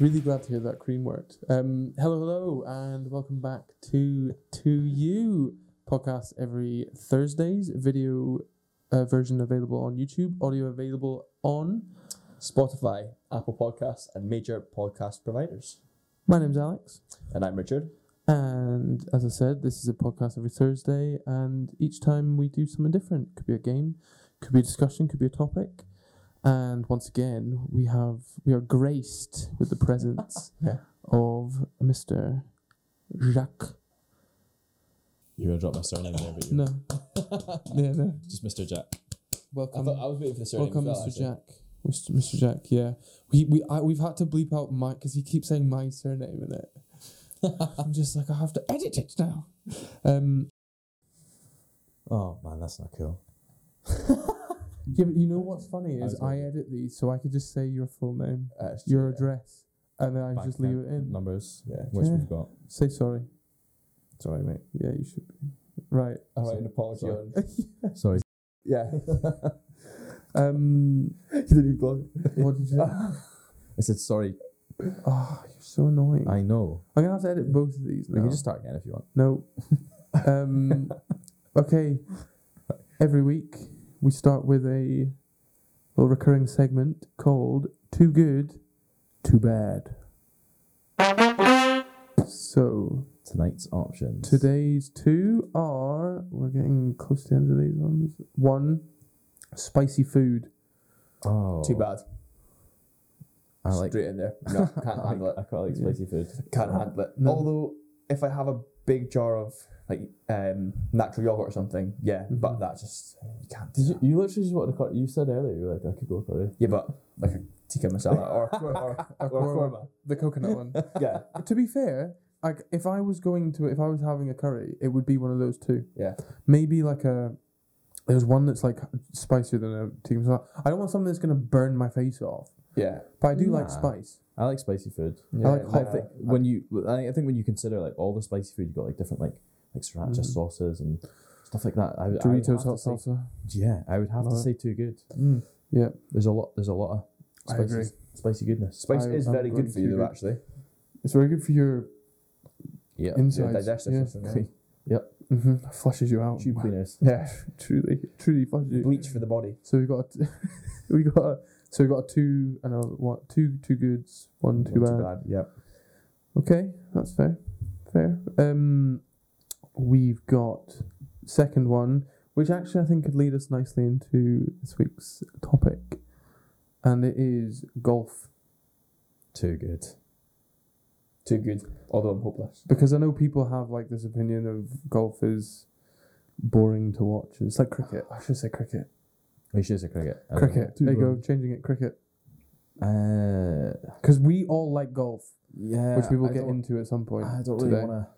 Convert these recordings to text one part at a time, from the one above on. Really glad to hear that cream worked. Um, hello, hello, and welcome back to To You podcast every Thursdays. Video uh, version available on YouTube, audio available on. Spotify, Apple Podcasts, and major podcast providers. My name's Alex, And I'm Richard. and as I said, this is a podcast every Thursday, and each time we do something different. Could be a game, could be a discussion, could be a topic. And once again, we have we are graced with the presence Yeah. of Mister Jacques. You're gonna drop my surname there, but you No, yeah, no. just Mr. Jack. I, Welcome, thought, I was eh? waiting for the surname. welcome, as well, Mr. actually. Jack. Mr. Mr. Jack, yeah. We we I, we've had to bleep out my because he keeps saying my surname in it. I'm just like I have to edit it now. Um, Oh man, that's not cool. Uh, yeah, but you know what's funny I was is I gonna- edit these so I could just say your full name, Uh, it's your just, uh, address, and then I bank just leave account it in. numbers, Yeah. which Yeah. we've got. Say sorry. It's alright, mate. Yeah, you should. Be. Right. I write an apology Sorry. on. Sorry. yeah. um, you didn't even block what did you? I said sorry. Oh, you're so annoying. I, I know. am gonna have to edit both of these now. We can just start again if you want. No. Um, okay. Every week we start with a little recurring segment called Too Good, Too Bad. So Tonight's options. today's two are we're getting close to the end of these ones. One, spicy food. Oh, Too bad. I like. Straight in there. No, can't I, handle it. I quite like spicy food. Can't Oh. handle it. No. Although, if I have a big jar of like um, natural yogurt or something, yeah, Mhm. but that's just you can't. do Did you, that. you literally just wanted a curry. You said earlier you were like, I could go curry. Yeah, but like a tikka masala or or, or, A korma, korma. the coconut one. Yeah, Uh, to be fair, like if I was going to, if I was having a curry, it would be one of those two. Yeah. Maybe like a, there's one that's like spicier than a tikka masala. I don't want something that's gonna burn my face off, yeah. but I do like Nah. spice. I like spicy food. Yeah, like hot no, I think when you, I think- I think when you consider like all the spicy food, you got like different like like sriracha Mhm. sauces and stuff like that. I, would- I would have Doritos hot to say- salsa. Yeah, I would have to Love it. say too good. Mm. Yeah. There's a lot. There's a lot of I spicy, agree. spicy goodness. Spice I- is I'm very going good for you too though, good. actually. It's very good for your Yeah, insides. digestive yeah. system, yeah. hmm Flushes you out. tube cleaners. Yeah, truly, truly flushes you. Bleach for the body. So we got, a t- we got, a, so we got a two and a what? Two two goods, one two bad. Yep. Okay, that's fair. Fair. Um, we've got second one, which actually I think could lead us nicely into this week's topic, and it is golf. Too good. Too good. Although I'm hopeless. Because I know people have like this opinion of golf is boring to watch. It's like cricket. I should say cricket. We Oh, should say cricket. I don't Cricket. know. There you go. Changing it cricket. Uh, Because we all like golf, yeah, which we will I get don't- into at some point. I don't today. really want to.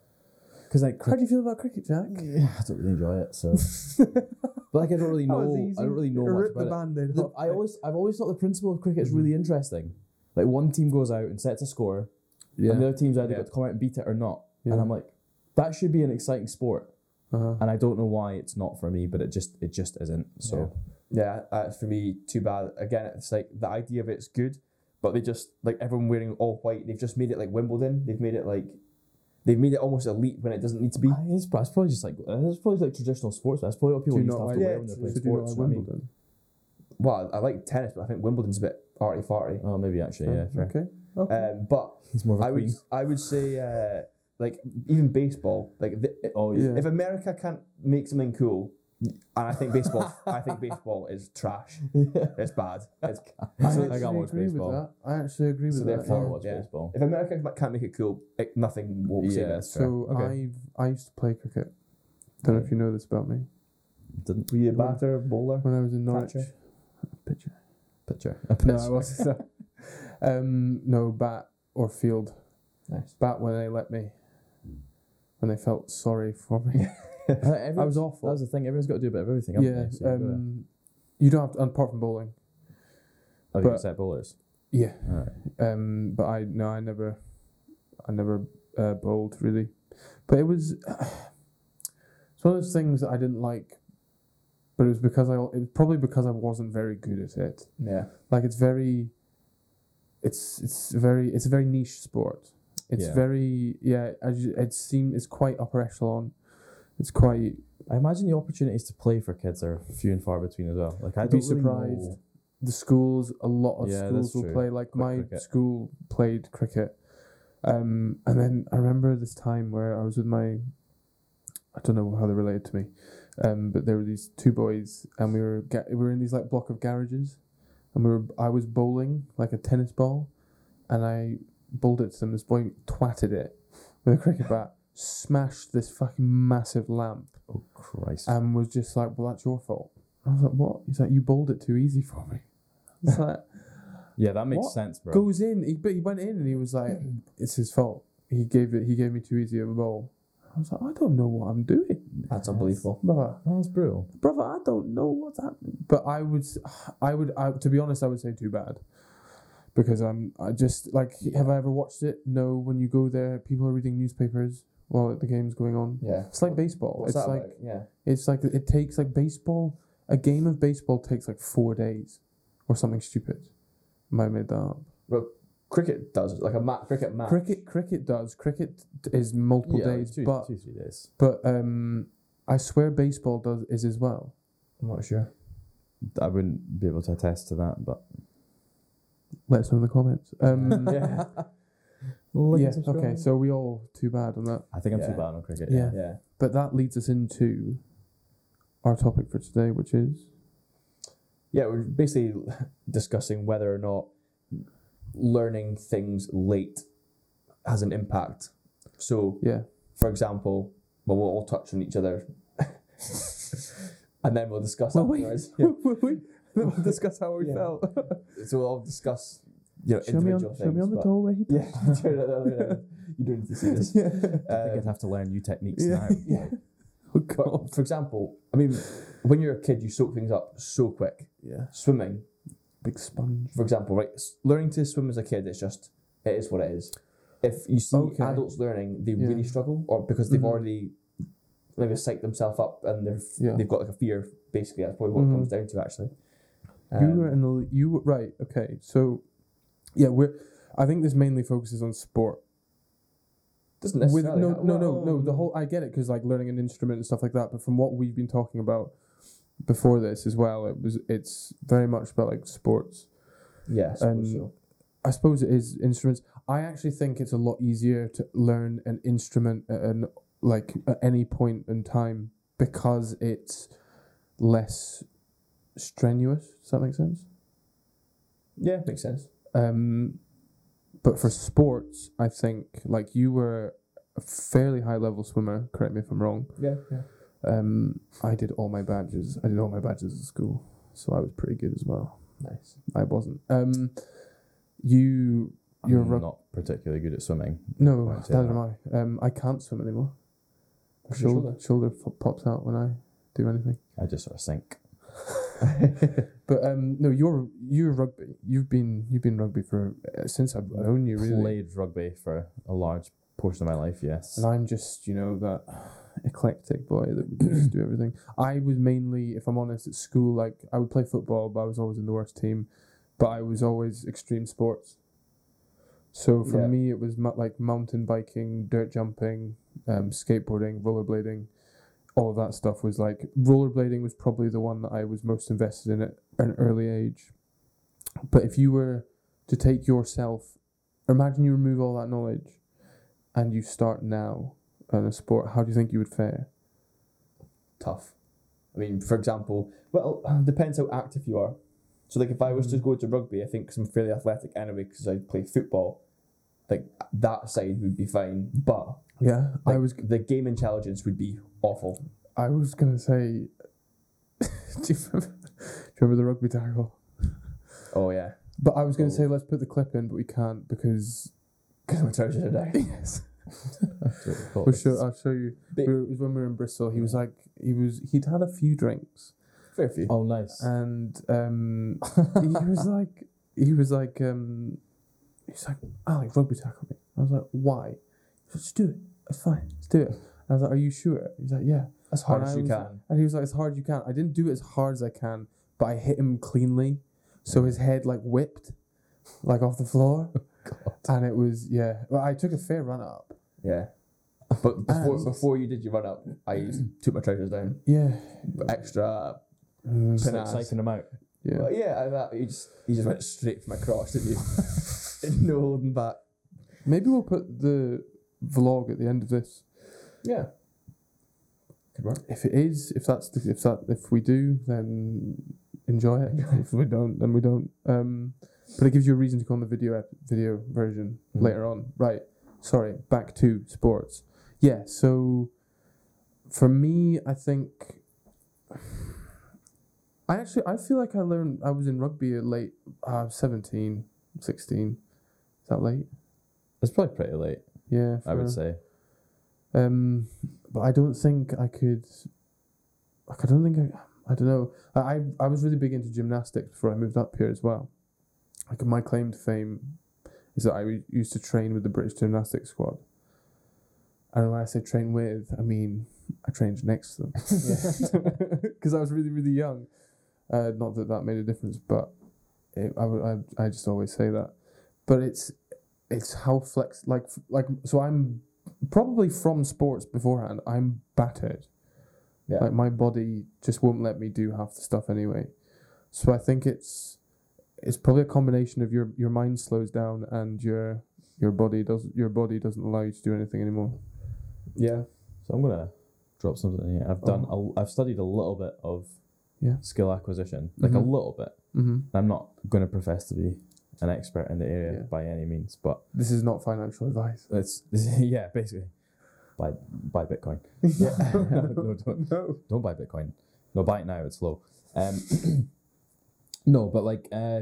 Because like How cricket, do you feel about cricket, Jack? I don't really enjoy it. So, but like I don't really That was know. I easy. don't really know much Rip about the it. band-aid The- off. I always, I've always thought the principle of cricket is really interesting. Like one team goes out and sets a score, yeah. and the other team's either Yeah. got to come out and beat it or not. Yeah. And I'm like, that should be an exciting sport, uh-huh. and I don't know why it's not for me, but it just, it just isn't. So Yeah, uh, for me, too bad. Again, it's like the idea of it's good, but they just like everyone wearing all white. They've just made it like Wimbledon. They've made it like they've made it almost elite when it doesn't need to be. I- it's, pro- it's probably just like uh, it's probably like traditional sports. That's probably what people Do you used to not have like to wear Yeah, when so they're playing So do you not like sports. you know what I mean? Wimbledon? Well, I like tennis, but I think Wimbledon's a bit arty farty. Oh, maybe actually, yeah. fair. Okay. Oh, okay. Um, but He's more of a I would queen. I would say uh, like even baseball. Like the, Oh yeah. yeah. if America can't make something cool, and I think baseball, I think baseball is trash. It's bad. It's, I so think I got actually watch agree baseball. With that. I actually agree with So that. therefore Before I yeah, watch yeah. baseball. if America can't make it cool, it, nothing will Yeah, save it. that's fair. So Okay. I've I used to play cricket. Don't know if you know this about me. Didn't Were you a batter, bowler? When I was in Norwich, Thatcher. pitcher. picture. No, I wasn't. um, no bat or field. Nice. Bat when they let me. When they felt sorry for me. I was awful. That was the thing. Everyone's got to do a bit of everything. haven't yeah. they? So uh, you've gotta- Um, you don't have to, apart from bowling. oh, you but- can set bowlers. Yeah. All right. Um, but I no, I never, I never uh, bowled really. But it was it's one of those things that I didn't like. But it was because I it was probably because I wasn't very good at it. Yeah. Like it's very it's it's very it's a very niche sport. It's Yeah. very yeah. As you, it seems it's quite upper echelon. It's quite I imagine the opportunities to play for kids are few and far between as well. Like I'd Be be surprised. surprised. the schools. A lot of Yeah, that's schools will true. play. Like Quite my cricket. school played cricket, um, and then I remember this time where I was with my. I don't know how they related to me, um, but there were these two boys, and we were ga- we were in these like block of garages, and we were I was bowling like a tennis ball, and I bowled it to them. This boy twatted it with a cricket bat, smashed this fucking massive lamp, oh Christ! and was just like, "Well, that's your fault." I was like, "What?" He's like, "You bowled it too easy for me." It's like yeah, that makes what sense, bro. goes in, he, but he went in and he was like, "It's his fault. He gave it. He gave me too easy of a bowl." I was like, "I don't know what I'm doing, That's unbelievable. brother. That's brutal. Brother, I don't know what's happening." But I would, s- I would, I, to be honest, I would say too bad. Because I'm, I just like, have I ever watched it? No. When you go there, people are reading newspapers while the game's going on. Yeah. It's like baseball. What's it's that like about? Yeah. it's like it takes like baseball. A game of baseball takes like four days, or something stupid. Might have made that up. Cricket does like a mat cricket match. Cricket, cricket does. Cricket t- is multiple Yeah, days, two, but two, three days. but um, I swear baseball does is as well. I'm not sure. I wouldn't be able to attest to that, but Let us know in the comments. Um, Mm, yeah. yeah. Okay. So we all too bad on that. I think I'm Yeah. too bad on cricket. Yeah. Yeah. But that leads us into our topic for today, which is Yeah, we're basically discussing whether or not learning things late has an impact. So, yeah. for example, well, we'll all touch on each other, and then we'll discuss. Well, wait. afterwards. We'll discuss how we Yeah. felt. So we'll all discuss, you know, show me on, individual show me on the things. doorway. but- Yeah, you don't need to see this. I think I'd Um, have to learn new techniques yeah. now. yeah. Oh God. But for example, I mean, when you're a kid, you soak things up so quick. Yeah. Swimming, Big sponge. for example, right? s- Learning to swim as a kid, it's just it is what it is. If you see Okay. adults learning, they Yeah. really struggle, or because they've Mhm. already maybe psyched themselves up and they've Yeah. they've got like a fear. Basically, that's probably what Mhm. it comes down to. Actually, you Um, were in the you were, right. Okay. So yeah, we're. I think this mainly focuses on sport. doesn't with no necessarily um, ha- no no well, no the whole i get it because like learning an instrument and stuff like that but from what we've been talking about before this as well it was it's very much about like sports yeah. I suppose and- so. i suppose it is instruments i actually think it's a lot easier to learn an instrument at an like at any point in time because it's less strenuous does that make sense Yeah, makes sense. um, but for sports, I think like you were a fairly high level swimmer. Correct me if I'm wrong. Yeah, yeah. Um, I did all my badges. I did all my badges at school, so I was pretty good as well. Nice. I wasn't. Um, you, you're I'm ru- not particularly good at swimming. no, I'd say neither am I. Um, I can't swim anymore. What's your Shoulder, shoulder fo- pops out when I do anything. I just sort of sink. But um, no, you're you're rugby. You've been you've been rugby for uh, since I've known you really. Played rugby for a large portion of my life. Yes. And I'm just, you know, that eclectic boy that would just do everything. I was mainly, if I'm honest, at school, like, I would play football, but I was always in the worst team. But I was always extreme sports. So for Yeah. me, it was mu- like mountain biking, dirt jumping, um, skateboarding, rollerblading. All of that stuff was like, rollerblading was probably the one that I was most invested in at an early age. But if you were to take yourself, imagine you remove all that knowledge and you start now in a sport, how do you think you would fare? tough. I mean, for example, well, depends how active you are. So, like, if I was to Mm-hmm. go to rugby, I think 'cause I'm fairly athletic anyway, because I play football, like that side would be fine. But Yeah, I like, was the game intelligence would be awful. I was gonna say. do, you remember, do you remember the rugby tackle? Oh yeah, But I was gonna say let's put the clip in, but we can't because because I'm tortured today. yes, That's what we call we'll it. show, I'll show you. Bit- We were- it was when we were in Bristol. He was like he was he'd had a few drinks Fair few. Oh, nice. Uh, and um, he was like he was like um, he's like Alex rugby tackle me. I was like why? He's like, just do it. It's fine. Let's do it. And I was like, are you sure? He's like yeah. As hard and as I you was- can. And he was like, as hard as you can. I didn't do it as hard as I can, but I hit him cleanly. So his head like whipped. like off the floor. Oh, And it was yeah. Well, I took a fair run up. Yeah. But before, And- before you did your run up, I used, took my trousers down. Yeah. Extra. Mm. Just like Bananas. psyching them out. Yeah. Well, yeah, I, that, you just you just went straight for my crotch, didn't you? no holding back. Maybe we'll put the vlog at the end of this. Yeah. Could work. If it is, if that's the, if that if we do, then enjoy it. if we don't, then we don't. Um, but it gives you a reason to go on the video ep- video version Mhm. later on, right? Sorry, back to sports. Yeah. So for me, I think I actually I feel like I learned I was in rugby at late uh, 17, 16. Is that late? It's probably pretty late, Yeah, I for- would say. um, but I don't think I could. Like, I don't think I. I don't know. I, I I was really big into gymnastics before I moved up here as well. Like my claim to fame is that I u- used to train with the British gymnastics squad. And when I say train with, I mean I trained next to them because I was really really young. Uh, not that that made a difference, but it, I, would- I I just always say that. But it's it's how flex like like so I'm probably from sports beforehand, I'm battered. Yeah. Like my body just won't let me do half the stuff anyway. So I think it's it's probably a combination of your your mind slows down and your your body does your body doesn't allow you to do anything anymore. Yeah. So I'm gonna drop something in here. I've done. A, I've studied a little bit of Oh. Yeah. skill acquisition, like Mhm. a little bit. Mm-hmm. I'm not gonna profess to be an expert in the area Yeah. by any means, but This is not financial advice. it's yeah, basically buy buy Bitcoin. Yeah. no, don't, don't buy Bitcoin. No, buy it now. It's low. Um, no, but like, uh,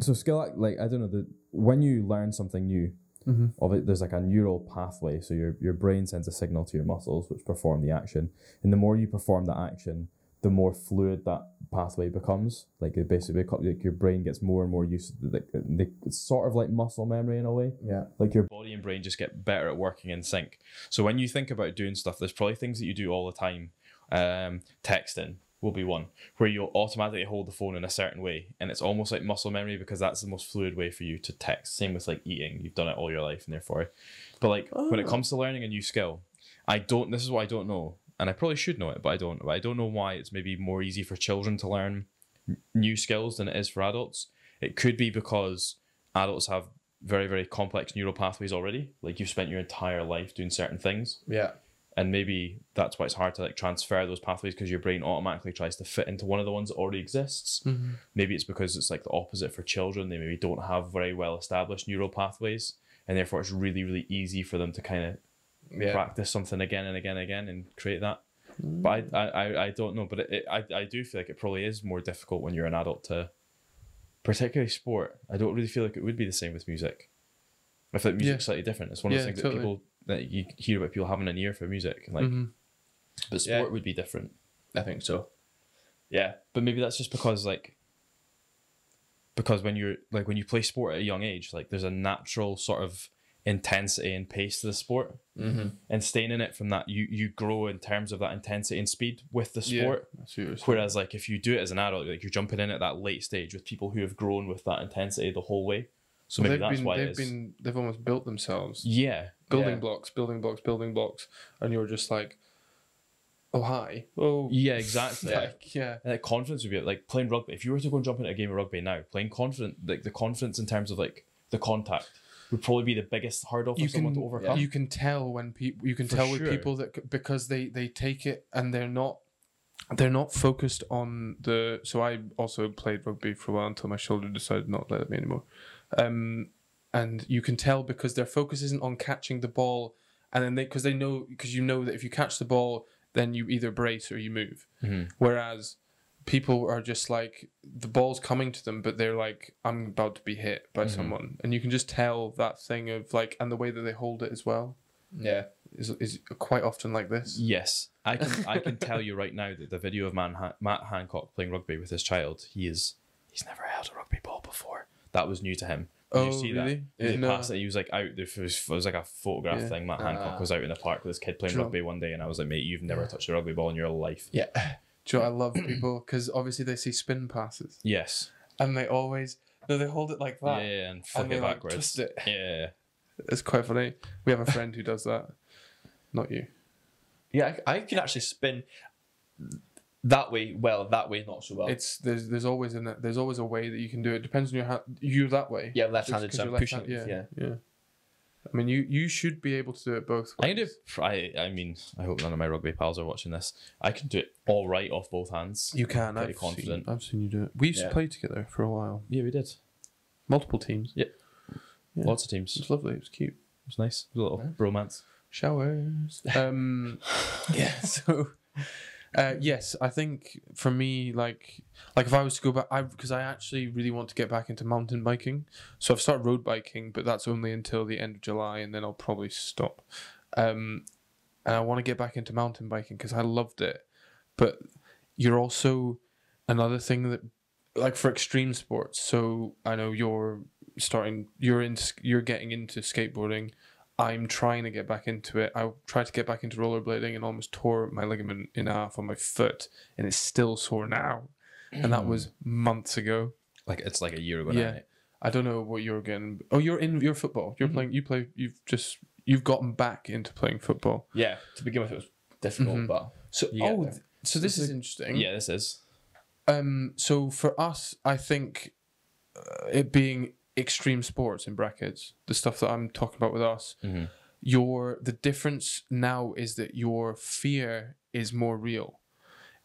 so skill, ac- like I don't know the when you learn something new, Mm-hmm. of it there's like a neural pathway so your, your brain sends a signal to your muscles which perform the action and the more you perform that action the more fluid that pathway becomes like it basically beco- like your brain gets more and more used to the, uh, the, it's sort of like muscle memory in a way Yeah. like your body and brain just get better at working in sync so when you think about doing stuff there's probably things that you do all the time um, texting will be one where you'll automatically hold the phone in a certain way and it's almost like muscle memory because that's the most fluid way for you to text same with like eating you've done it all your life and therefore but like when it comes to learning a new skill i don't this is what i don't know and i probably should know it but i don't but i don't know why it's maybe more easy for children to learn n- new skills than it is for adults it could be because adults have very very complex neural pathways already like you've spent your entire life doing certain things Yeah. and maybe that's why it's hard to like transfer those pathways because your brain automatically tries to fit into one of the ones that already exists Mm-hmm. maybe it's because it's like the opposite for children they maybe don't have very well established neural pathways and therefore it's really really easy for them to kind of practice something again and again and again and create that but I, I I- I don't know but it, it, I, I do feel like it probably is more difficult when you're an adult to particularly sport i don't really feel like it would be the same with music i feel like music's slightly different it's one of Yeah, the things totally. that people that you hear about people having an ear for music like Mm-hmm. but Yeah. sport would be different I think so. yeah, but maybe that's just because like because when you're like when you play sport at a young age, like there's a natural sort of intensity and pace to the sport, Mm-hmm. and staying in it from that, you you grow in terms of that intensity and speed with the sport. Whereas like if you do it as an adult, like you're jumping in at that late stage with people who have grown with that intensity the whole way. So maybe that's why it is. been they've almost built themselves. yeah, yeah. blocks, building blocks, building blocks, and you're just like, oh hi, oh Yeah, exactly. yeah. And like uh, confidence would be like playing rugby. If you were to go and jump into a game of rugby now, playing confident, like the confidence in terms of like the contact would probably be the biggest hurdle for someone to overcome. You can tell when people you can For tell with sure. people that c- because they they take it and they're not they're not focused on the. So I also played rugby for a while until my shoulder decided not to let me anymore. Um, and you can tell because their focus isn't on catching the ball, and then they because they know because you know that if you catch the ball, then you either brace or you move. Mhm. Whereas people are just like the ball's coming to them, but they're like, I'm about to be hit by Mm-hmm. someone, and you can just tell that thing of like, and the way that they hold it as well Yeah. is is quite often like this. yes, I can. I can tell you right now that the video of Man Han- Matt Hancock playing rugby with his child, he is he's never held a rugby ball before. That was new to him. Did Oh, you see really? that? He, was No. passed it, he was like out. There it was, it was like a photograph Yeah. thing. Matt Hancock Ah. was out in the park with his kid playing Do you know- rugby one day, and I was like, "Mate, you've never touched a rugby ball in your life." Yeah. Do you know what I love people because obviously they see spin passes Yes. and they always No, they hold it like that. yeah, yeah, and flip and they it like backwards. twist it. Yeah, It's quite funny. We have a friend who does that. Not you. Yeah, I, I can actually spin that way well, that way not so well. It's there's there's always an there's always a way that you can do it. Depends on your hand. You that way. yeah, left handed, Because so you're I'm left pushing hand- it. Yeah. yeah, yeah. I mean, you you should be able to do it both. I can do. ways. it pr- I, I mean, I hope none of my rugby pals are watching this. I can do it all right off both hands. You can. Pretty I've confident. confident. Seen, I've seen you do it. We used Yeah. to play together for a while. Yeah, we did. Multiple teams. Yeah. Lots of It teams. was lovely. It was cute. It was nice. It was a little bromance. Showers. Um. yeah. So. Uh, yes, I think for me, like, like if I was to go back, I because I actually really want to get back into mountain biking. So I've started road biking, but that's only until the end of July, and then I'll probably stop. Um, and I want to get back into mountain biking because I loved it. But you're also another thing that, like for extreme sports. So I know you're starting, you're in, you're getting into skateboarding. I'm trying to get back into it. I tried to get back into rollerblading and almost tore my ligament in half on my foot, and it's still sore now. And that was months ago. Like it's like a year ago Yeah. now. I don't know what you're getting. Oh, you're in your football. You're playing. You play. You've just. You've gotten back into playing football. Yeah, to begin with, it was difficult, Mhm. but So You get oh, there. th- so this is mm. interesting. Yeah, this is. Um. So for us, I think uh, it being extreme sports in brackets, the stuff that I'm talking about with us, Mhm. your the difference now is that your fear is more real,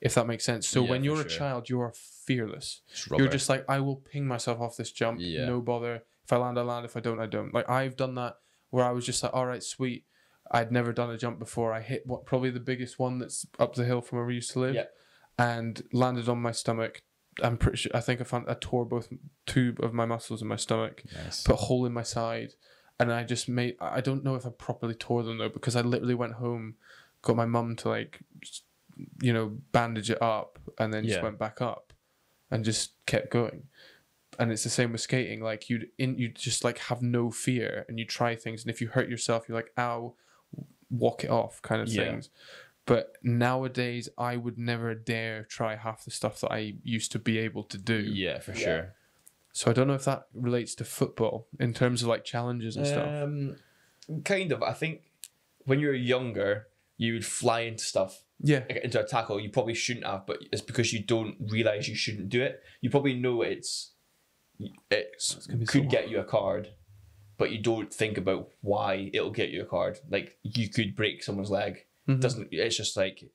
if that makes sense. So Yeah, when for you're a sure. child, you are fearless. It's You're rubber. just like, I will ping myself off this jump. Yeah. No bother. If I land, I land. If I don't, I don't. Like I've done that where I was just like, all right, sweet. I'd never done a jump before. I hit what probably the biggest one that's up the hill from where we used to live, Yeah. and landed on my stomach. I'm pretty sure. I think I found I tore both two of my muscles in my stomach, nice. put a hole in my side, and I just made. I I don't know if I properly tore them though because I literally went home, got my mum to like, s- you know, bandage it up, and then just Yeah. went back up, and just kept going. And it's the same with skating. Like you, in you just like have no fear, and you try things, and if you hurt yourself, you're like, ow, walk it off, kind of Yeah. things. But nowadays, I would never dare try half the stuff that I used to be able to do. Yeah, for Yeah. sure. So I don't know if that relates to football in terms of like challenges and stuff. um, kind of. I think when you were younger, you would fly into stuff, Yeah, like into a tackle you probably shouldn't have, but it's because you don't realize you shouldn't do it. You probably know it's it's gonna be could so get you a card, but you don't think about why it'll get you a card. Like you could break someone's leg. Mhm. Doesn't it's just like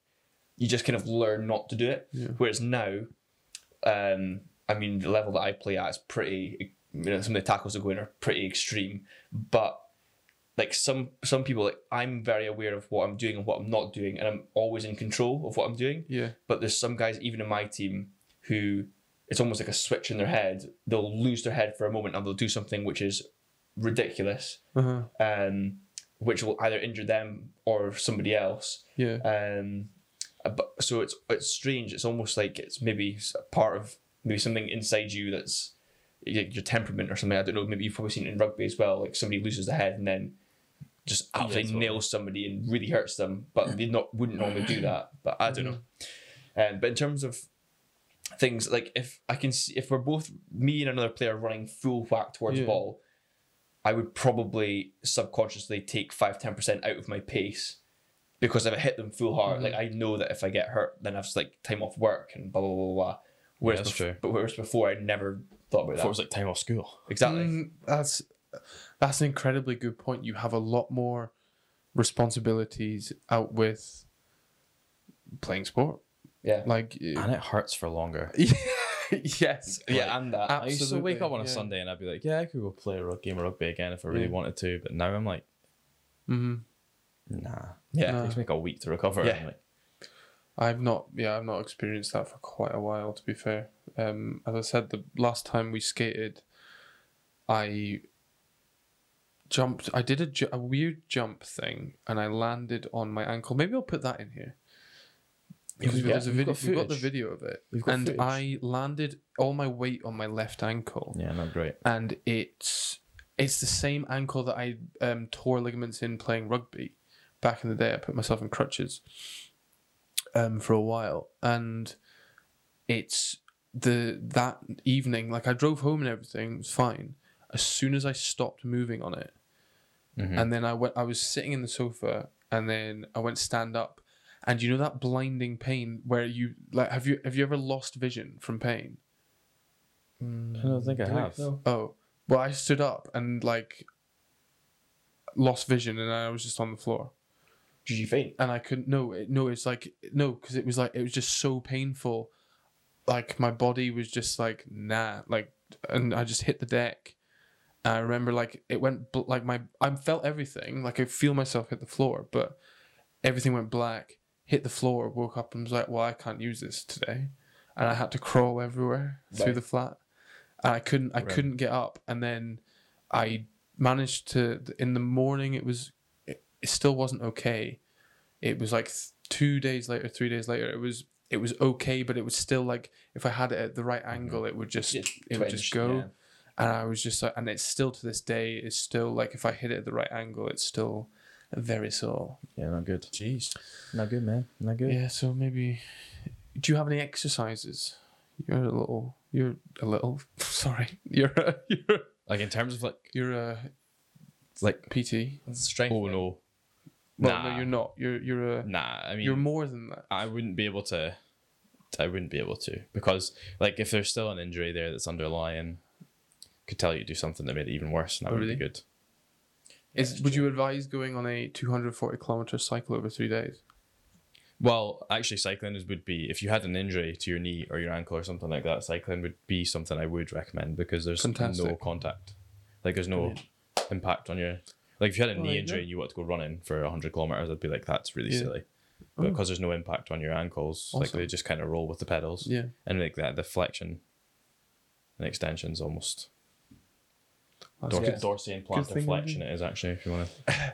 you just kind of learn not to do it. Yeah. Whereas now, um, I mean, the level that I play at is pretty. You know, some of the tackles that go in are pretty extreme, but like some some people, like I'm very aware of what I'm doing and what I'm not doing, and I'm always in control of what I'm doing. yeah, But there's some guys, even in my team, who it's almost like a switch in their head. They'll lose their head for a moment and they'll do something which is ridiculous, uh-huh. um, which will either injure them or somebody else. yeah, Um, uh, but so it's it's strange. It's almost like it's maybe s- a part of maybe something inside you that's y- your temperament or something. I don't know. Maybe you've probably seen it in rugby as well. Like somebody loses the head and then just absolutely totally. nails somebody and really hurts them, but they not wouldn't normally do that. But I don't Mm-hmm. know. Um, but in terms of things like if I can see if we're both me and another player running full whack towards Yeah. ball, I would probably subconsciously take five ten percent out of my pace because if I hit them full hard, like I know that if I get hurt, then I've just, like time off work and blah blah blah blah. Whereas that's bef- true. But whereas before, I never thought about that. Before it was like time off school. exactly. Mm, that's that's an incredibly good point. You have a lot more responsibilities out with playing sport. Yeah. Like, And it hurts for longer. yes, yeah, and that. uh, Absolutely. I used to wake up on a yeah. Sunday and I'd be like, yeah, I could go play a rug- game of rugby again if I really Yeah. wanted to. But now I'm like, hmm Mm-hmm. nah. yeah. no. It takes me like a week to recover. Yeah. I'm like, I've not, yeah, I've not experienced that for quite a while. To be fair, um, as I said, the last time we skated, I jumped. I did a, ju- a weird jump thing, and I landed on my ankle. Maybe I'll put that in here because Yeah, there's a we've video. got We've got the footage. video of it, We've got and footage. I landed all my weight on my left ankle yeah, not great. and it's it's the same ankle that I um, tore ligaments in playing rugby back in the day. I put myself in crutches um, for a while, and it's the that evening, like I drove home and everything it was fine. As soon as I stopped moving on it, Mhm. and then I went, I was sitting in the sofa, and then I went stand up, and you know that blinding pain where you like have you have you ever lost vision from pain? I don't think I have. Oh, well, I stood up and like lost vision, and I was just on the floor. Did you faint? and I couldn't. No, it, no, it's like no, because it was like it was just so painful. Like my body was just like nah, like, and I just hit the deck. And I remember like it went bl- like my I felt everything. Like I feel myself hit the floor, but everything went black. Hit the floor, woke up and was like, well, I can't use this today, and I had to crawl everywhere through Right. the flat. And I couldn't, I Right. couldn't get up, and then I managed to in the morning it was it, it still wasn't okay it was like th- two days later three days later it was it was okay but it was still like if i had it at the right angle it would just it would just go and i was just like and it's still to this day it's still like if i hit it at the right angle it's still very sore Yeah, not good. jeez Not good, man. Not good. yeah so maybe do you have any exercises you're a little you're a little sorry you're a you're a, Like in terms of like you're a like pt Strength. oh no, well Nah. no you're not you're you're a nah. I mean, you're more than that I wouldn't be able to. I wouldn't be able to because like if there's still an injury there that's underlying, could tell you to do something that made it even worse, and that Oh, would be really? good. Is would you advise going on a 240 kilometer cycle over three days? Well, actually, cycling is, would be if you had an injury to your knee or your ankle or something like that. Cycling would be something I would recommend because there's no Fantastic. contact, like there's no impact on your. Like if you had a Well, knee there you injury go. and you want to go running for hundred kilometers, I'd be like, that's really Yeah. Oh. silly, but because there's no impact on your ankles, like Awesome. they just kind of roll with the pedals, Yeah. and like that the flexion, and extension's almost That's Dor- good. Dorsey and plantar thing we flexion. It is actually, if you want to.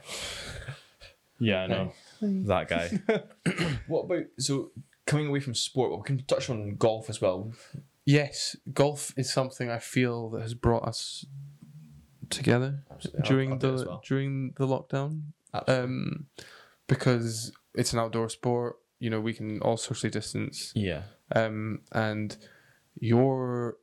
yeah, I know that guy. What about so coming away from sport? Well, we can touch on golf as well. Yes, golf is something I feel that has brought us together Absolutely. I'll- during I'll do it as the well. during the lockdown. Absolutely. Um, because it's an outdoor sport. You know, we can all socially distance. Yeah, Um, and you're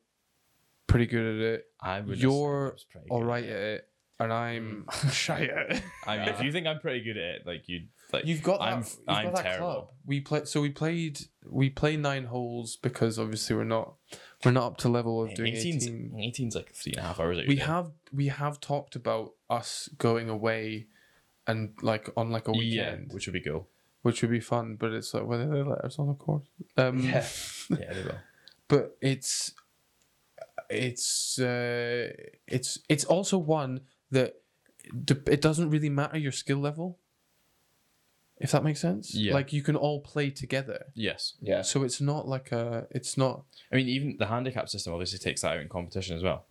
pretty good at it. I would. You're assume it was pretty good. All right at it, and I'm shy at it. I mean, if you think I'm pretty good at it, like you, like You've got that. I'm, you've I'm got that terrible. club. We play. So we played. We play nine holes because obviously we're not. We're not up to level of doing 18's, eighteen. 18's like three and a half hours. out We there. have we have talked about us going away, and like on like a yeah, weekend, which would be cool. which would be fun. But it's like whether they let us on, of course. Um, yeah. Yeah, they will. But it's, it's uh, it's it's also one that dep- it doesn't really matter your skill level. If that makes sense, Yeah. Like you can all play together. Yes, Yeah. So it's not like a. It's not. I mean even the handicap system obviously takes that out in competition as well.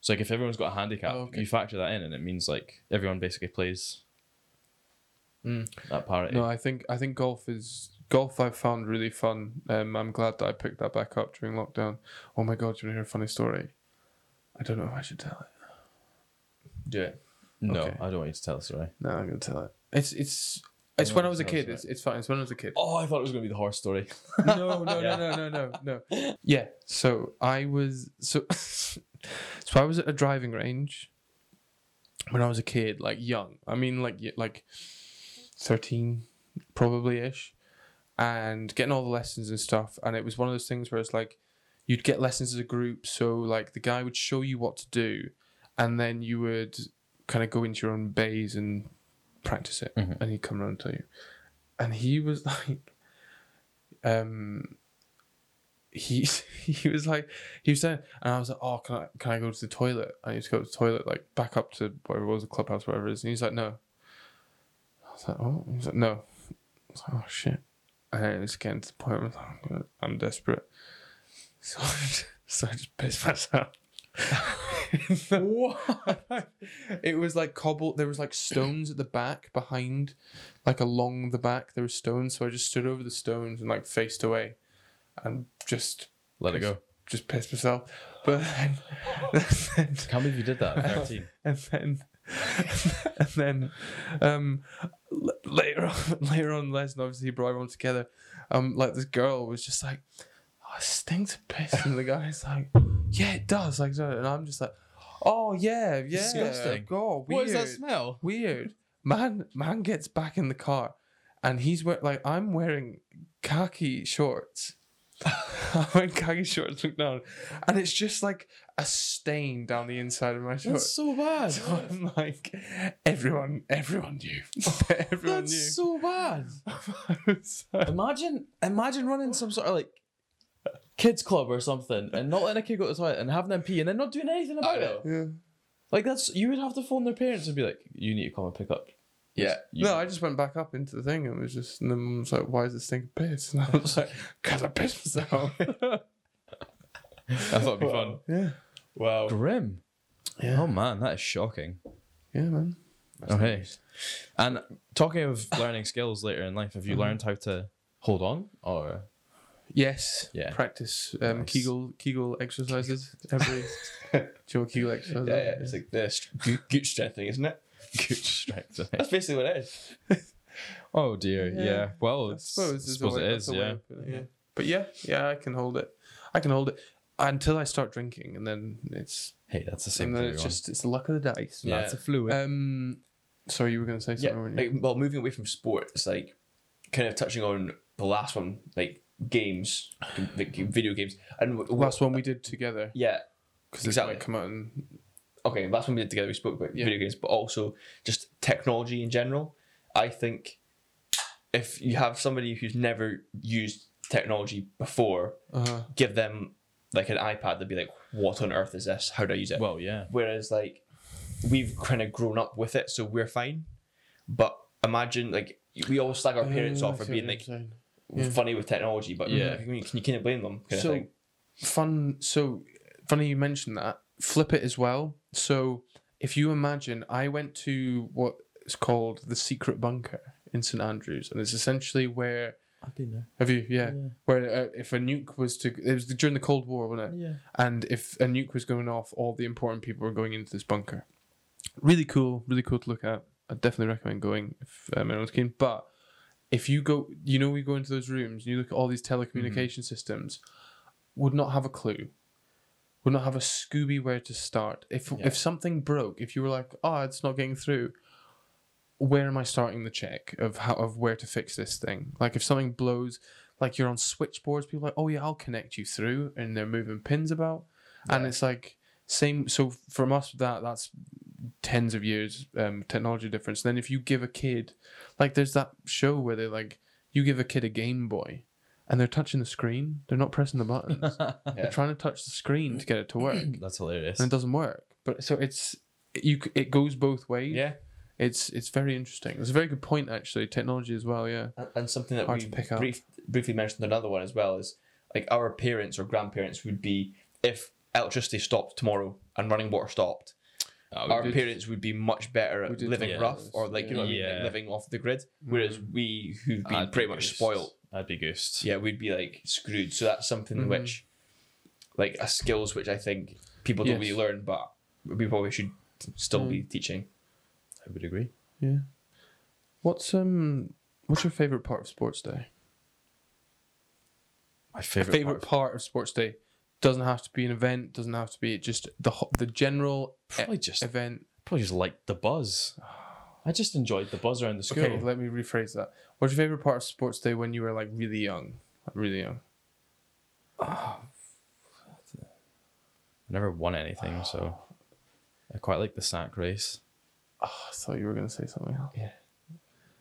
So like if everyone's got a handicap, Oh, okay. you factor that in, and it means like everyone basically plays Mm. that parity. No, I think I think golf is golf. I found really fun. Um, I'm glad that I picked that back up during lockdown. Oh my god, do you want to hear a funny story? I don't know if I should tell it. Do it. No, okay. I don't want you to tell the story. No, I'm gonna tell it. It's it's it's No, when I was a no, kid. sorry. It's it's fine. It's when I was a kid. Oh, I thought it was gonna be the horse story. no, no, no, no, no, no, no. Yeah. So I was so so I was at a driving range when I was a kid, like young. I mean, like y- like thirteen, probably ish, and getting all the lessons and stuff. And it was one of those things where it's like you'd get lessons as a group. So like the guy would show you what to do, and then you would kind of go into your own bays and practice it, Mhm. and he'd come around and tell you. And he was like um he he was like he was saying and I was like, Oh, can I can I go to the toilet? I need to go to the toilet, like back up to whatever it was, the clubhouse, whatever it is. And he's like, No. I was like, Oh he's like, No. I was like, Oh shit. And it was getting to the point where I was like, I'm, gonna, I'm desperate. So I just, so I just pissed myself. what? It was like cobble. There was like stones at the back behind like along the back there were stones so i just stood over the stones and like faced away and just Let it go. just pissed myself but then, then Can't believe you did that. at Thirteen. and then and then um l- later on later on les and obviously he brought everyone together um like this girl was just like oh, it stinks a piss. And the guy's like, yeah, it does. Like, so- and I'm just like, oh yeah, yeah. Disgusting. God, weird. What is that smell? Weird. Man, man gets back in the car, and he's wear- like, I'm wearing khaki shorts. I'm wearing khaki shorts, look down, and it's just like a stain down the inside of my That's shorts. so bad. So I'm like, everyone, everyone knew. everyone That's so bad. knew. So- Imagine, imagine running some sort of like kids club or something, and not letting a kid go to the toilet, and having them pee, and then not doing anything about it. yeah. Like that's you would have to phone their parents and be like, "You need to come and pick up." Yeah. You- No, I just went back up into the thing and was just, and the mum was like, why is this thing piss? And I was like, because I pissed myself. I thought it'd be fun. yeah. Wow. Grim. Yeah. Oh man, that is shocking. Yeah, man. okay. And talking of learning skills later in life, have Mm-hmm. you learned how to hold on or Yes. Yeah. Practice um, Nice. Kegel Kegel exercises every. Do you know what Kegel Yeah, exercises? yeah, are? it's like this good, good strengthening, isn't it? good strength? That's basically what it is. oh dear. Yeah. Yeah. Well, I it's, suppose, I is a suppose way- it that's is. a way Yeah. of putting it, yeah. But yeah, yeah, I can hold it. I can hold it until I start drinking, and then it's Hey, that's the same and then thing. it's just it's the luck of the dice. Yeah. That's a fluid. Um, sorry, you were going to say something, Yeah, weren't you? like well, moving away from sport, it's like kind of touching on the last one, like games, like video games, and w- w- Last one we did together yeah, because uh, exactly. it's like come out and okay, last one we did together, we spoke about Yeah. video games, but also just technology in general. I think if you have somebody who's never used technology before, uh, give them like an iPad, they'd be like, "What on earth is this? How do I use it?" well, yeah. Whereas like we've kind of grown up with it, so we're fine. But imagine like we always slag our parents Uh, off for being like Oh, Yeah. funny with technology, but Yeah. yeah, I mean, can you kind of blame them? Kind so of thing. fun. So funny you mentioned that. Flip it as well. So if you imagine, I went to what is called the secret bunker in St Andrews, and it's essentially where I've been there. have you? Yeah, Yeah. where uh, if a nuke was to, it was during the Cold War, wasn't it? Yeah. and if a nuke was going off, all the important people were going into this bunker. Really cool, really cool to look at. I definitely recommend going if um, anyone's keen. But if you go, you know, we go into those rooms and you look at all these telecommunication systems, would not have a clue. Would not have a Scooby where to start. If Yeah. if something broke, if you were like, oh, it's not getting through, where am I starting the check of how of where to fix this thing? Like if something blows, like you're on switchboards, people are like, oh yeah, I'll connect you through, and they're moving pins about, and it's like same. So from us, that that's tens of years um, technology difference. Then if you give a kid, like there's that show where they like you give a kid a Game Boy, and they're touching the screen, they're not pressing the buttons, they're trying to touch the screen to get it to work, and That's hilarious. it doesn't work. But so it's you. c- It goes both ways yeah, it's it's very interesting. It's a very good point actually. Technology as well, yeah. and, and something that Hard we to pick up. brief, briefly mentioned another one as well is like our parents or grandparents would be if electricity stopped tomorrow and running water stopped. Oh, our did- parents would be much better we at did living talk about rough this, Mm. or like you know what I mean, like yeah. living off the grid. Whereas we, who've been I'd be pretty much goosed. spoiled, I'd be goosed. yeah, we'd be like screwed. So that's something Mm-hmm. which, like, a skills which I think people don't Yes. Mm. really learn, but we probably should still be teaching. I would agree. Yeah. What's um what's your favourite part of sports day? My favorite. Favourite part of sports day doesn't have to be an event, doesn't have to be just the ho- the general e- Probably just event. probably just liked the buzz. I just enjoyed the buzz around the school. Okay, let me rephrase that. What's your favourite part of sports day when you were like really young? Like, really young. I never won anything, so I quite like the sack race. Oh, I thought you were gonna say something else.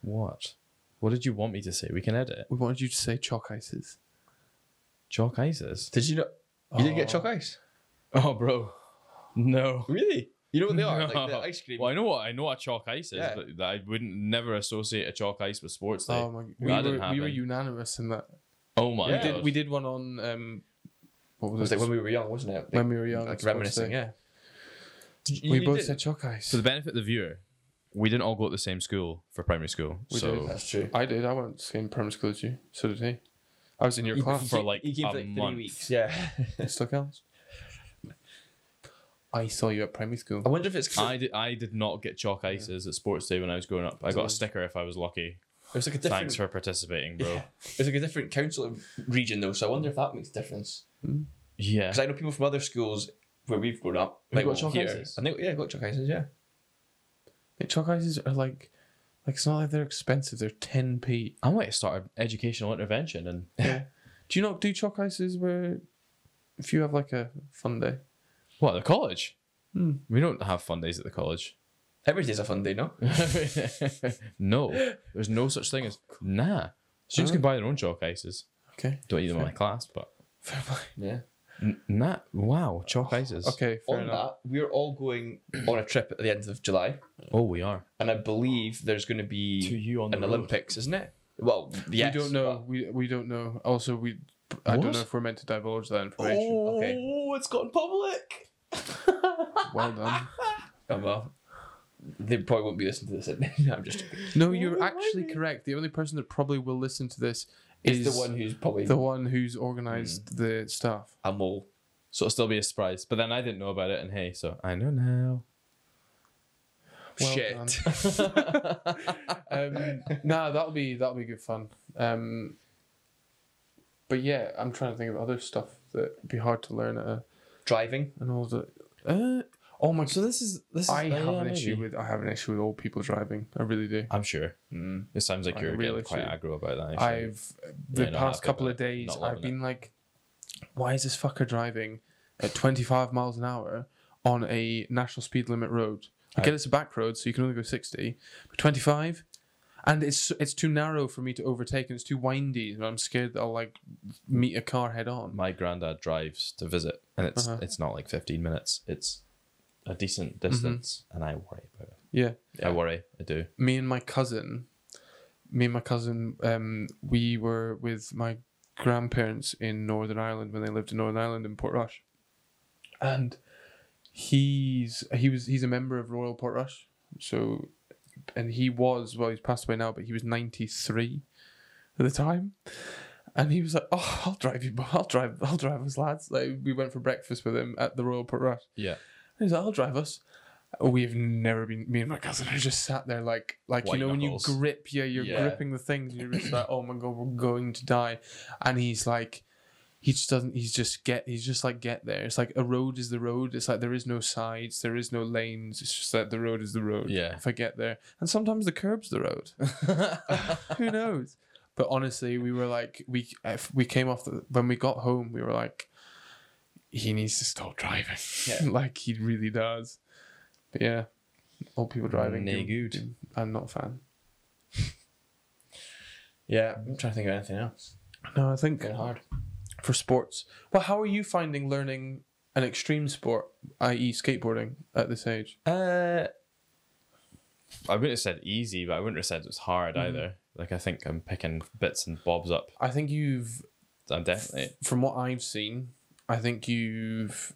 What? What did you want me to say? We can edit. it. We wanted you to say chalk ices. Chalk ices. Did you know? You didn't get Oh. chalk ice? Oh, bro. No. Really? You know what they are? Like No. the ice cream. Well, I know what I know what chalk ice is, Yeah. but that I wouldn't never associate a chalk ice with sports day. Oh my! We were, that didn't we were happen. unanimous in that. oh my Yeah. We god. did we did one on um. What It was was it? like when we were young, wasn't it? when we were young. like sports reminiscing. day. Yeah. Did you- we you both did? said chalk ice. For the benefit of the viewer, we didn't all go to the same school for primary school. We so did. That's true. I did. I went to the same primary school as you. So did he. I was in your class. for like He came a for like three month. weeks. Yeah. Still counts. I saw you at primary school. I wonder if it's. I did, I did not get chalk ices at sports day when I was growing up. I got a always- sticker if I was lucky. It was like a different. Thanks for participating, bro. yeah. It was like a different council region though, so I wonder if that makes a difference. Yeah. Because I know people from other schools where we've grown up, Have you like got well, chalk here, houses? and they yeah, got chalk houses, yeah. Like, chalk ices are like, like it's not like they're expensive. They're ten p. I might start an educational intervention and Do you not do chalk ices where, if you have like a fun day? what the college. Hmm. We don't have fun days at the college. Every day's a fun day, no? no, there's no such thing as nah. Students can buy their own chalk ices. Okay. Don't eat them in my class, but Yeah. N- nah. Wow, chalk ices. Okay. Fair on enough. that, we're all going on a trip at the end of July, Oh, we are and I believe there's going to be you on an Olympics, isn't it? Well, yes. we don't know. We we don't know. Also, we I What? don't know if we're meant to divulge that but- information. Oh, Okay. it's gone public. Well done. Oh well, they probably won't be listening to this. no, I'm just. joking. No, you're actually correct. The only person that probably will listen to this is It's the one Hmm. who's probably the one who's organised the stuff. a mole. So it'll still be a surprise. But then I didn't know about it, and hey, so I know now. Well Shit. done. um, nah, that'll be that'll be good fun. Um, but yeah, I'm trying to think of other stuff that would be hard to learn at a, Driving. and all the. Uh, oh my! So this is this. Is, I have yeah, an issue maybe. with I have an issue with old people driving. I really do. I'm sure. Mm. It sounds like I you're really getting quite aggro about that. actually. I've the Yeah, not past happy couple about of it, days not loving I've been like, why is this fucker driving at 25 miles an hour on a national speed limit road? I get it's a back road, so you can only go 60, but 25, and it's it's too narrow for me to overtake, and it's too windy, and I'm scared that I'll like meet a car head on. my granddad drives to visit, and it's Uh-huh. it's not like 15 minutes. It's a decent distance, and I worry about it. Yeah, I worry. I do. me and my cousin, me and my cousin, um, we were with my grandparents in Northern Ireland when they lived in Northern Ireland in Portrush, and he's he was he's a member of Royal Portrush, so, and he was well he's passed away now, but he was ninety three, at the time. And he was like, "Oh, I'll drive you. I'll drive. I'll drive us, lads." Like we went for breakfast with him at the Royal Portrush, Yeah. He's like, I'll drive us. We've never been. Me and my cousin are just sat there like, like White you know, knuckles. when you grip, yeah, you're Yeah. gripping the things, and you're just like, oh my god, we're going to die. And he's like, he just doesn't. He's just get. He's just like get there. It's like a road is the road. It's like there is no sides, there is no lanes. It's just that the road is the road. Yeah. If I get there, and sometimes the curb's the road. Who knows? But honestly, we were like, we if we came off the when we got home, we were like, he needs to stop driving. Yeah. like he really does. But yeah, old people driving. Nay you- good. you- I'm not a fan. Yeah, I'm trying to think of anything else. No, I think Getting hard. for sports. Well, how are you finding learning an extreme sport, i.e., skateboarding, at this age? Uh, I wouldn't have said easy, but I wouldn't have said it's hard either. Like I think I'm picking bits and bobs up. I think you've I'm definitely from what I've seen, I think you've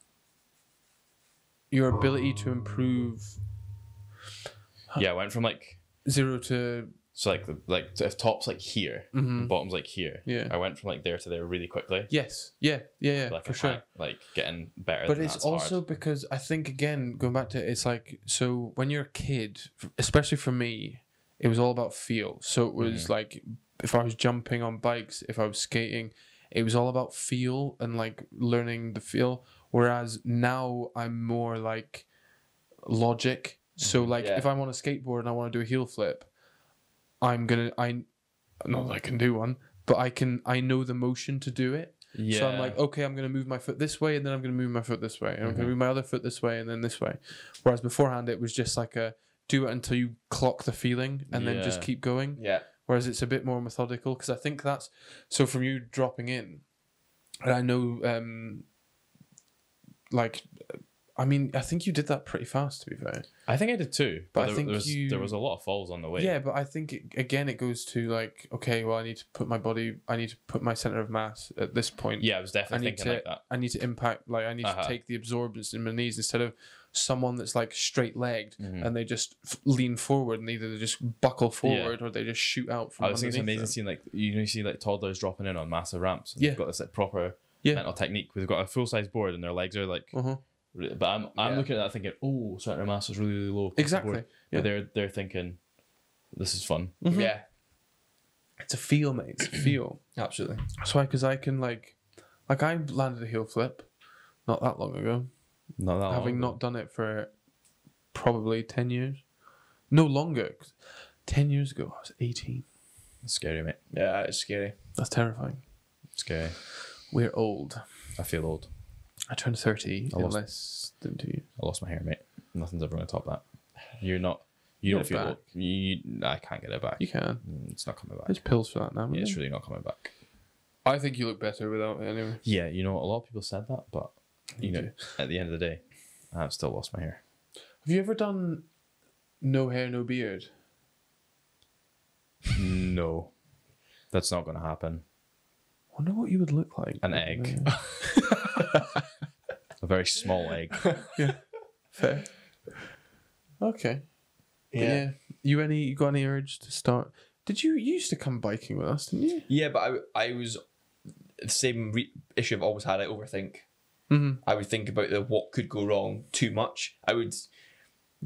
your ability to improve yeah. I went from like zero to so like the, like if top's like here, and bottom's like here. Mm-hmm. Yeah. I went from like there to there really quickly. yes, yeah, yeah, yeah, Like for I sure. can't, Like getting better. But than it's that's hard. also because I think again going back to it's like so when you're a kid, f- especially for me, it was all about feel. So it Mm. was like if I was jumping on bikes, if I was skating, it was all about feel and like learning the feel. Whereas now I'm more like logic. So Mm-hmm. like Yeah. if I'm on a skateboard and I want to do a heel flip, I'm gonna I not that I can do one, but I can I know the motion to do it. yeah. Mm-hmm. So I'm like, okay, I'm going to move my foot this way, and then I'm going to move my foot this way, and I'm going to move my other foot this way, and then this way. Whereas beforehand, it was just like a do it until you clock the feeling, and then just Yeah. keep going. Yeah. Whereas it's a bit more methodical because I think that's so from you dropping in, and I know, um, like, I mean, I think you did that pretty fast, to be fair. I think I did too, But but, I there, think there was you- there was a lot of falls on the way. Yeah, but I think it, again, it goes to like, okay, well, I need to put my body, I need to put my center of mass at this point. yeah. I was I definitely need thinking to like that. I need to impact like I need Uh-huh. to take the absorbance in my knees instead of someone that's like straight legged Mm-hmm. and they just f- lean forward and either they just buckle forward or they just shoot out from I was thinking it's underneath Oh, amazing them. seeing like you know you see like toddlers dropping in on massive ramps. And Yeah. they've got this like proper Yeah. mental technique. We've got a full size board and their legs are like. Uh-huh. re- But I'm I'm Yeah. looking at that thinking, oh, center mass is really really low. across the Exactly. Mm. board." Yeah. Mm-hmm. But they're they're thinking, this is fun. Yeah. it's a feel, mate. It's a feel. Absolutely. That's why, because I can like, like I landed a heel flip, not that long ago, Not that having long. not done it for probably ten years, no longer. 'cause Ten years ago, I was eighteen. Scary, mate. Yeah, it's scary. That's terrifying. Scary. We're old. I feel old. I turned thirty I in lost- less than two years. I lost my hair, mate. Nothing's ever going to top that. You're not. You Get don't it feel. back. Old. You, you- I can't get it back. You can. Mm, It's not coming back. There's pills for that now. Yeah, isn't it's there? really not coming back. I think you look better without it anyway. Yeah, you know, a lot of people said that, but you know, do. at the end of the day, I've still lost my hair. Have you ever done no hair, no beard? No, that's not going to happen. Wonder what you would look like. An egg. Yeah. A very small egg. Fair. Okay. But Yeah. You any? You got any urge to start? Did you, you used to come biking with us, didn't you? Yeah, but I, I was the same re- issue I've always had. I overthink. Mm-hmm. I would think about the what could go wrong too much. I would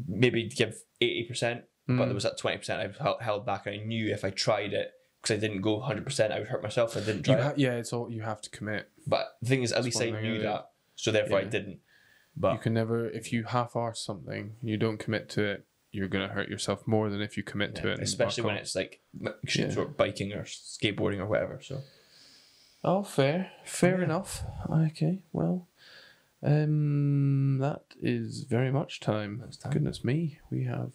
maybe give eighty percent, but there Mm. was that twenty percent I held, held back, and I knew if I tried it because I didn't go hundred percent, I would hurt myself. so I didn't try. You it. ha- yeah, it's all you have to commit. but the thing is, at least I one thing I knew did. that, so therefore I Yeah. didn't. But You can never, if you half-are something, you don't commit to it. You're gonna hurt yourself more than if you commit to it. and especially buck when off. it's like m- Yeah. sort of biking or skateboarding or whatever. So Oh, fair, fair enough. Okay, well, um, that is very much time. Goodness me, we have.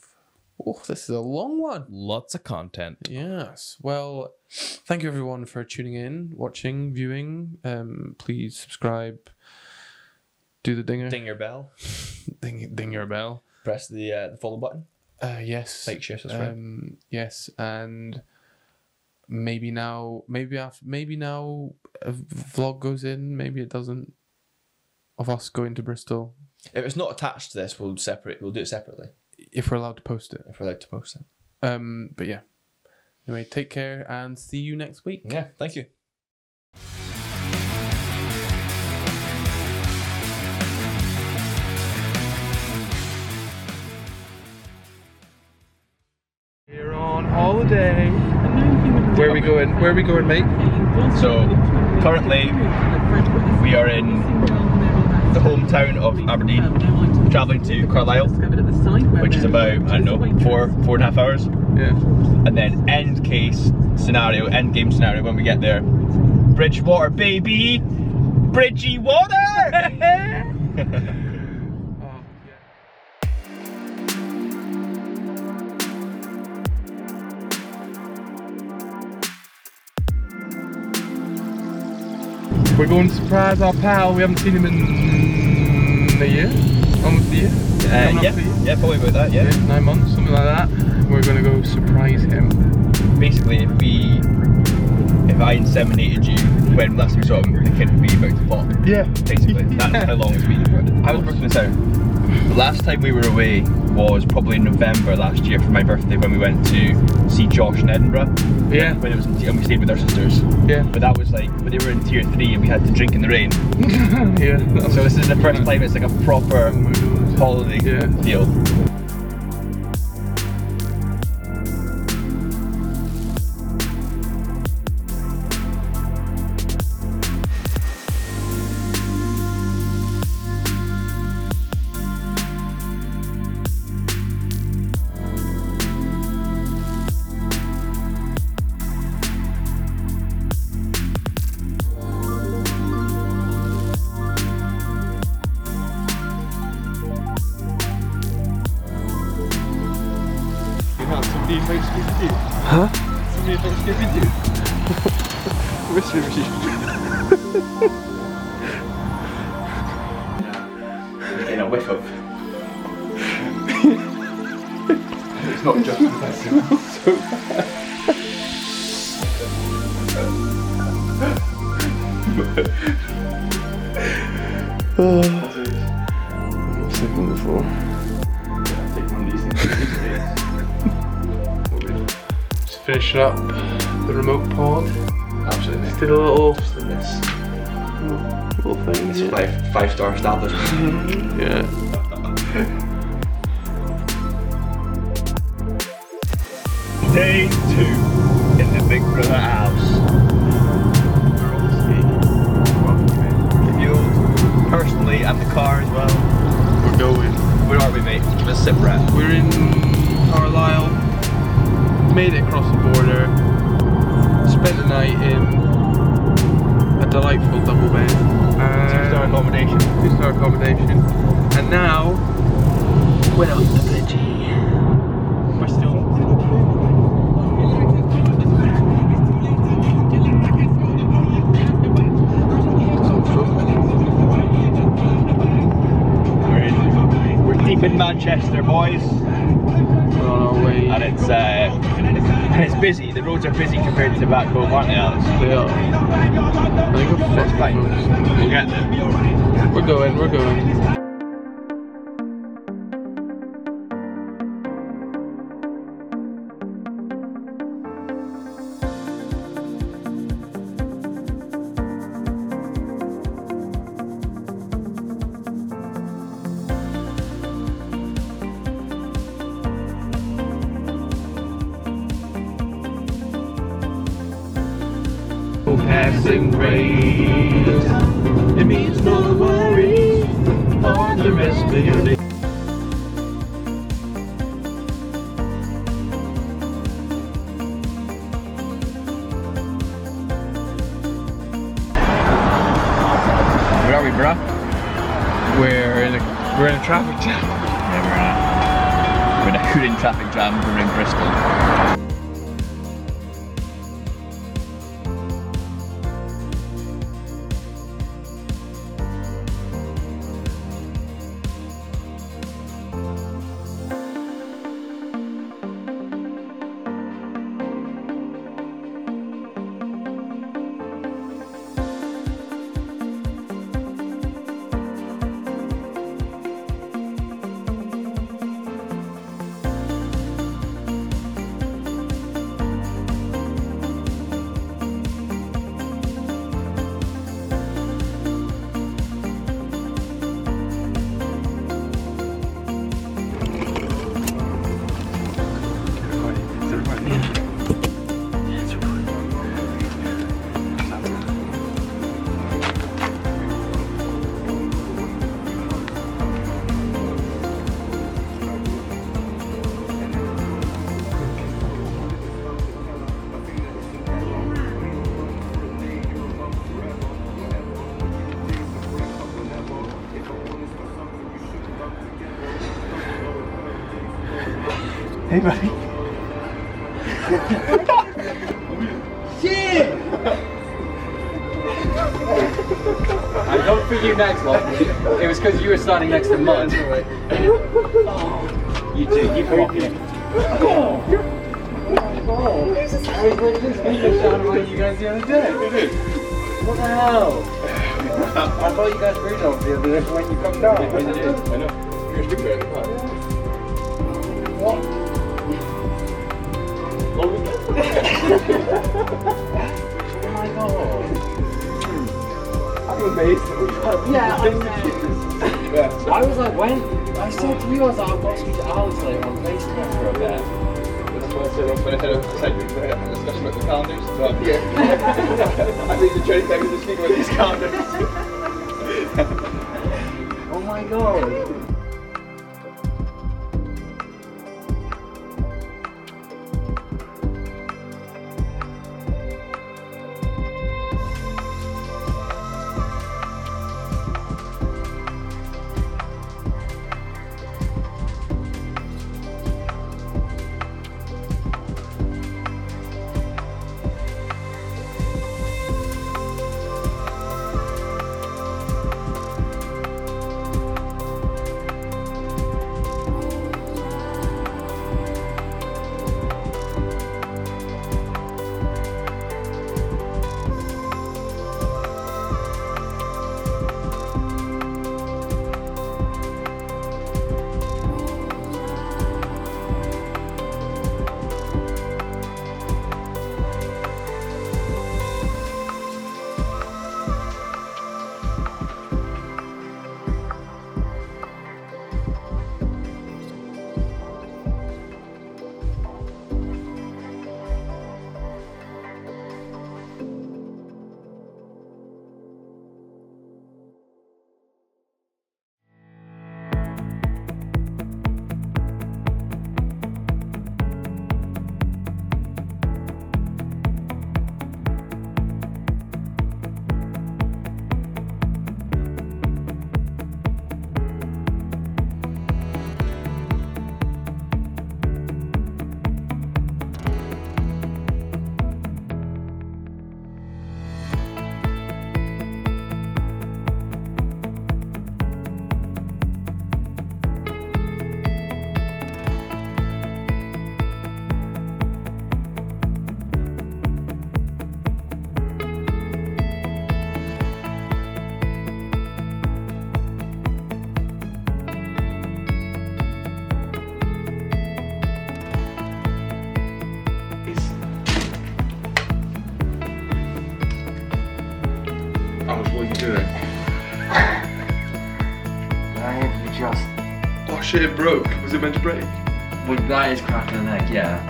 Oh, this is a long one. Lots of content. Yes. Well, thank you everyone for tuning in, watching, viewing. Um, please subscribe. Do the dinger. ding your bell, ding, ding your bell. press the uh, the follow button, Uh, yes. like share, subscribe. Um, yes, and maybe now, maybe after, maybe now a vlog goes in, maybe it doesn't. Of us going to Bristol, if it's not attached to this, we'll separate. We'll do it separately if we're allowed to post it. if we're allowed to post it. Um, but yeah. Anyway, take care and see you next week. Yeah, thank you. We're on holiday. Where are we going? Where are we going, mate? So, currently, we are in the hometown of Aberdeen, travelling to Carlisle, which is about I don't know four four and a half hours. And then end case scenario, end game scenario when we get there, Bridgewater baby, Bridgy water. Mm. We're going to surprise our pal. We haven't seen him in a year, almost a year. Coming Uh, up yeah, to a year. yeah, probably about that. Yeah, Yeah, nine months, something like that. We're gonna go surprise him. basically, if we, if I inseminated you when last we saw him, the kid would be about to pop. Yeah. basically. That's how long it's been. I was working this out. The last time we were away was probably in November last year for my birthday when we went to see Josh in Edinburgh. Yeah. When it was in and we stayed with our sisters. Yeah. But that was like when they were in tier three and we had to drink in the rain. Yeah. So this is the first time it's like a proper holiday Yeah. deal. in a whiff of. it's not just impressive. I've never seen one before. Just finishing up the remote pod. Absolutely. Just did a little This, little thing. this five five star establishment. Yeah. Day two in the Big Brother house. If you personally and the car as well. We're going. Where are we, mate? Let's sip rep. We're in Carlisle. Made it across the border. Spent the night in a delightful double bed. Two-star And accommodation. two star accommodation. And now we're on the bridge. We're still. We're, in, we're deep in Manchester, boys, We're on our way. and it's uh, and it's busy. The roads are busy compared to back home, aren't they, Alex? They are. I think I'm That's fine. fucking We'll get there. close. We're going, we're going. passing grade. It means no worries for the rest of your day. Where are we, bruh? We're in a we're in a traffic jam. Yeah, we're in a, we're in a hooting traffic jam. We're in Bristol. Hey, buddy. I don't think you next one. It was because you were standing next to mud. you Oh, do. You walking. We were just thinking about one of you guys the other day. What the hell? I thought you guys agreed on the other day when you come down. Yeah, I know. I was like, when I said to you, I was like, I'm watching Alex later on Facebook for a bit. Oh my god. good. I you just. Oh shit, it broke. Was it meant to break? Well, that is cracking the neck, yeah.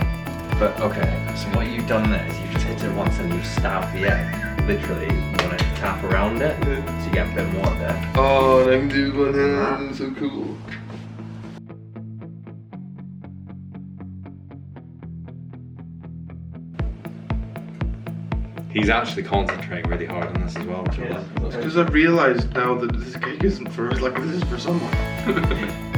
But okay, so what you've done there is you've just hit it once and you've stabbed the egg. Literally, you want to tap around it so you get a bit more there. Oh, and I can do one hand. So cool. He's actually concentrating really hard on this as well, Joel. Because I've realised now that this gig isn't for like this is for someone.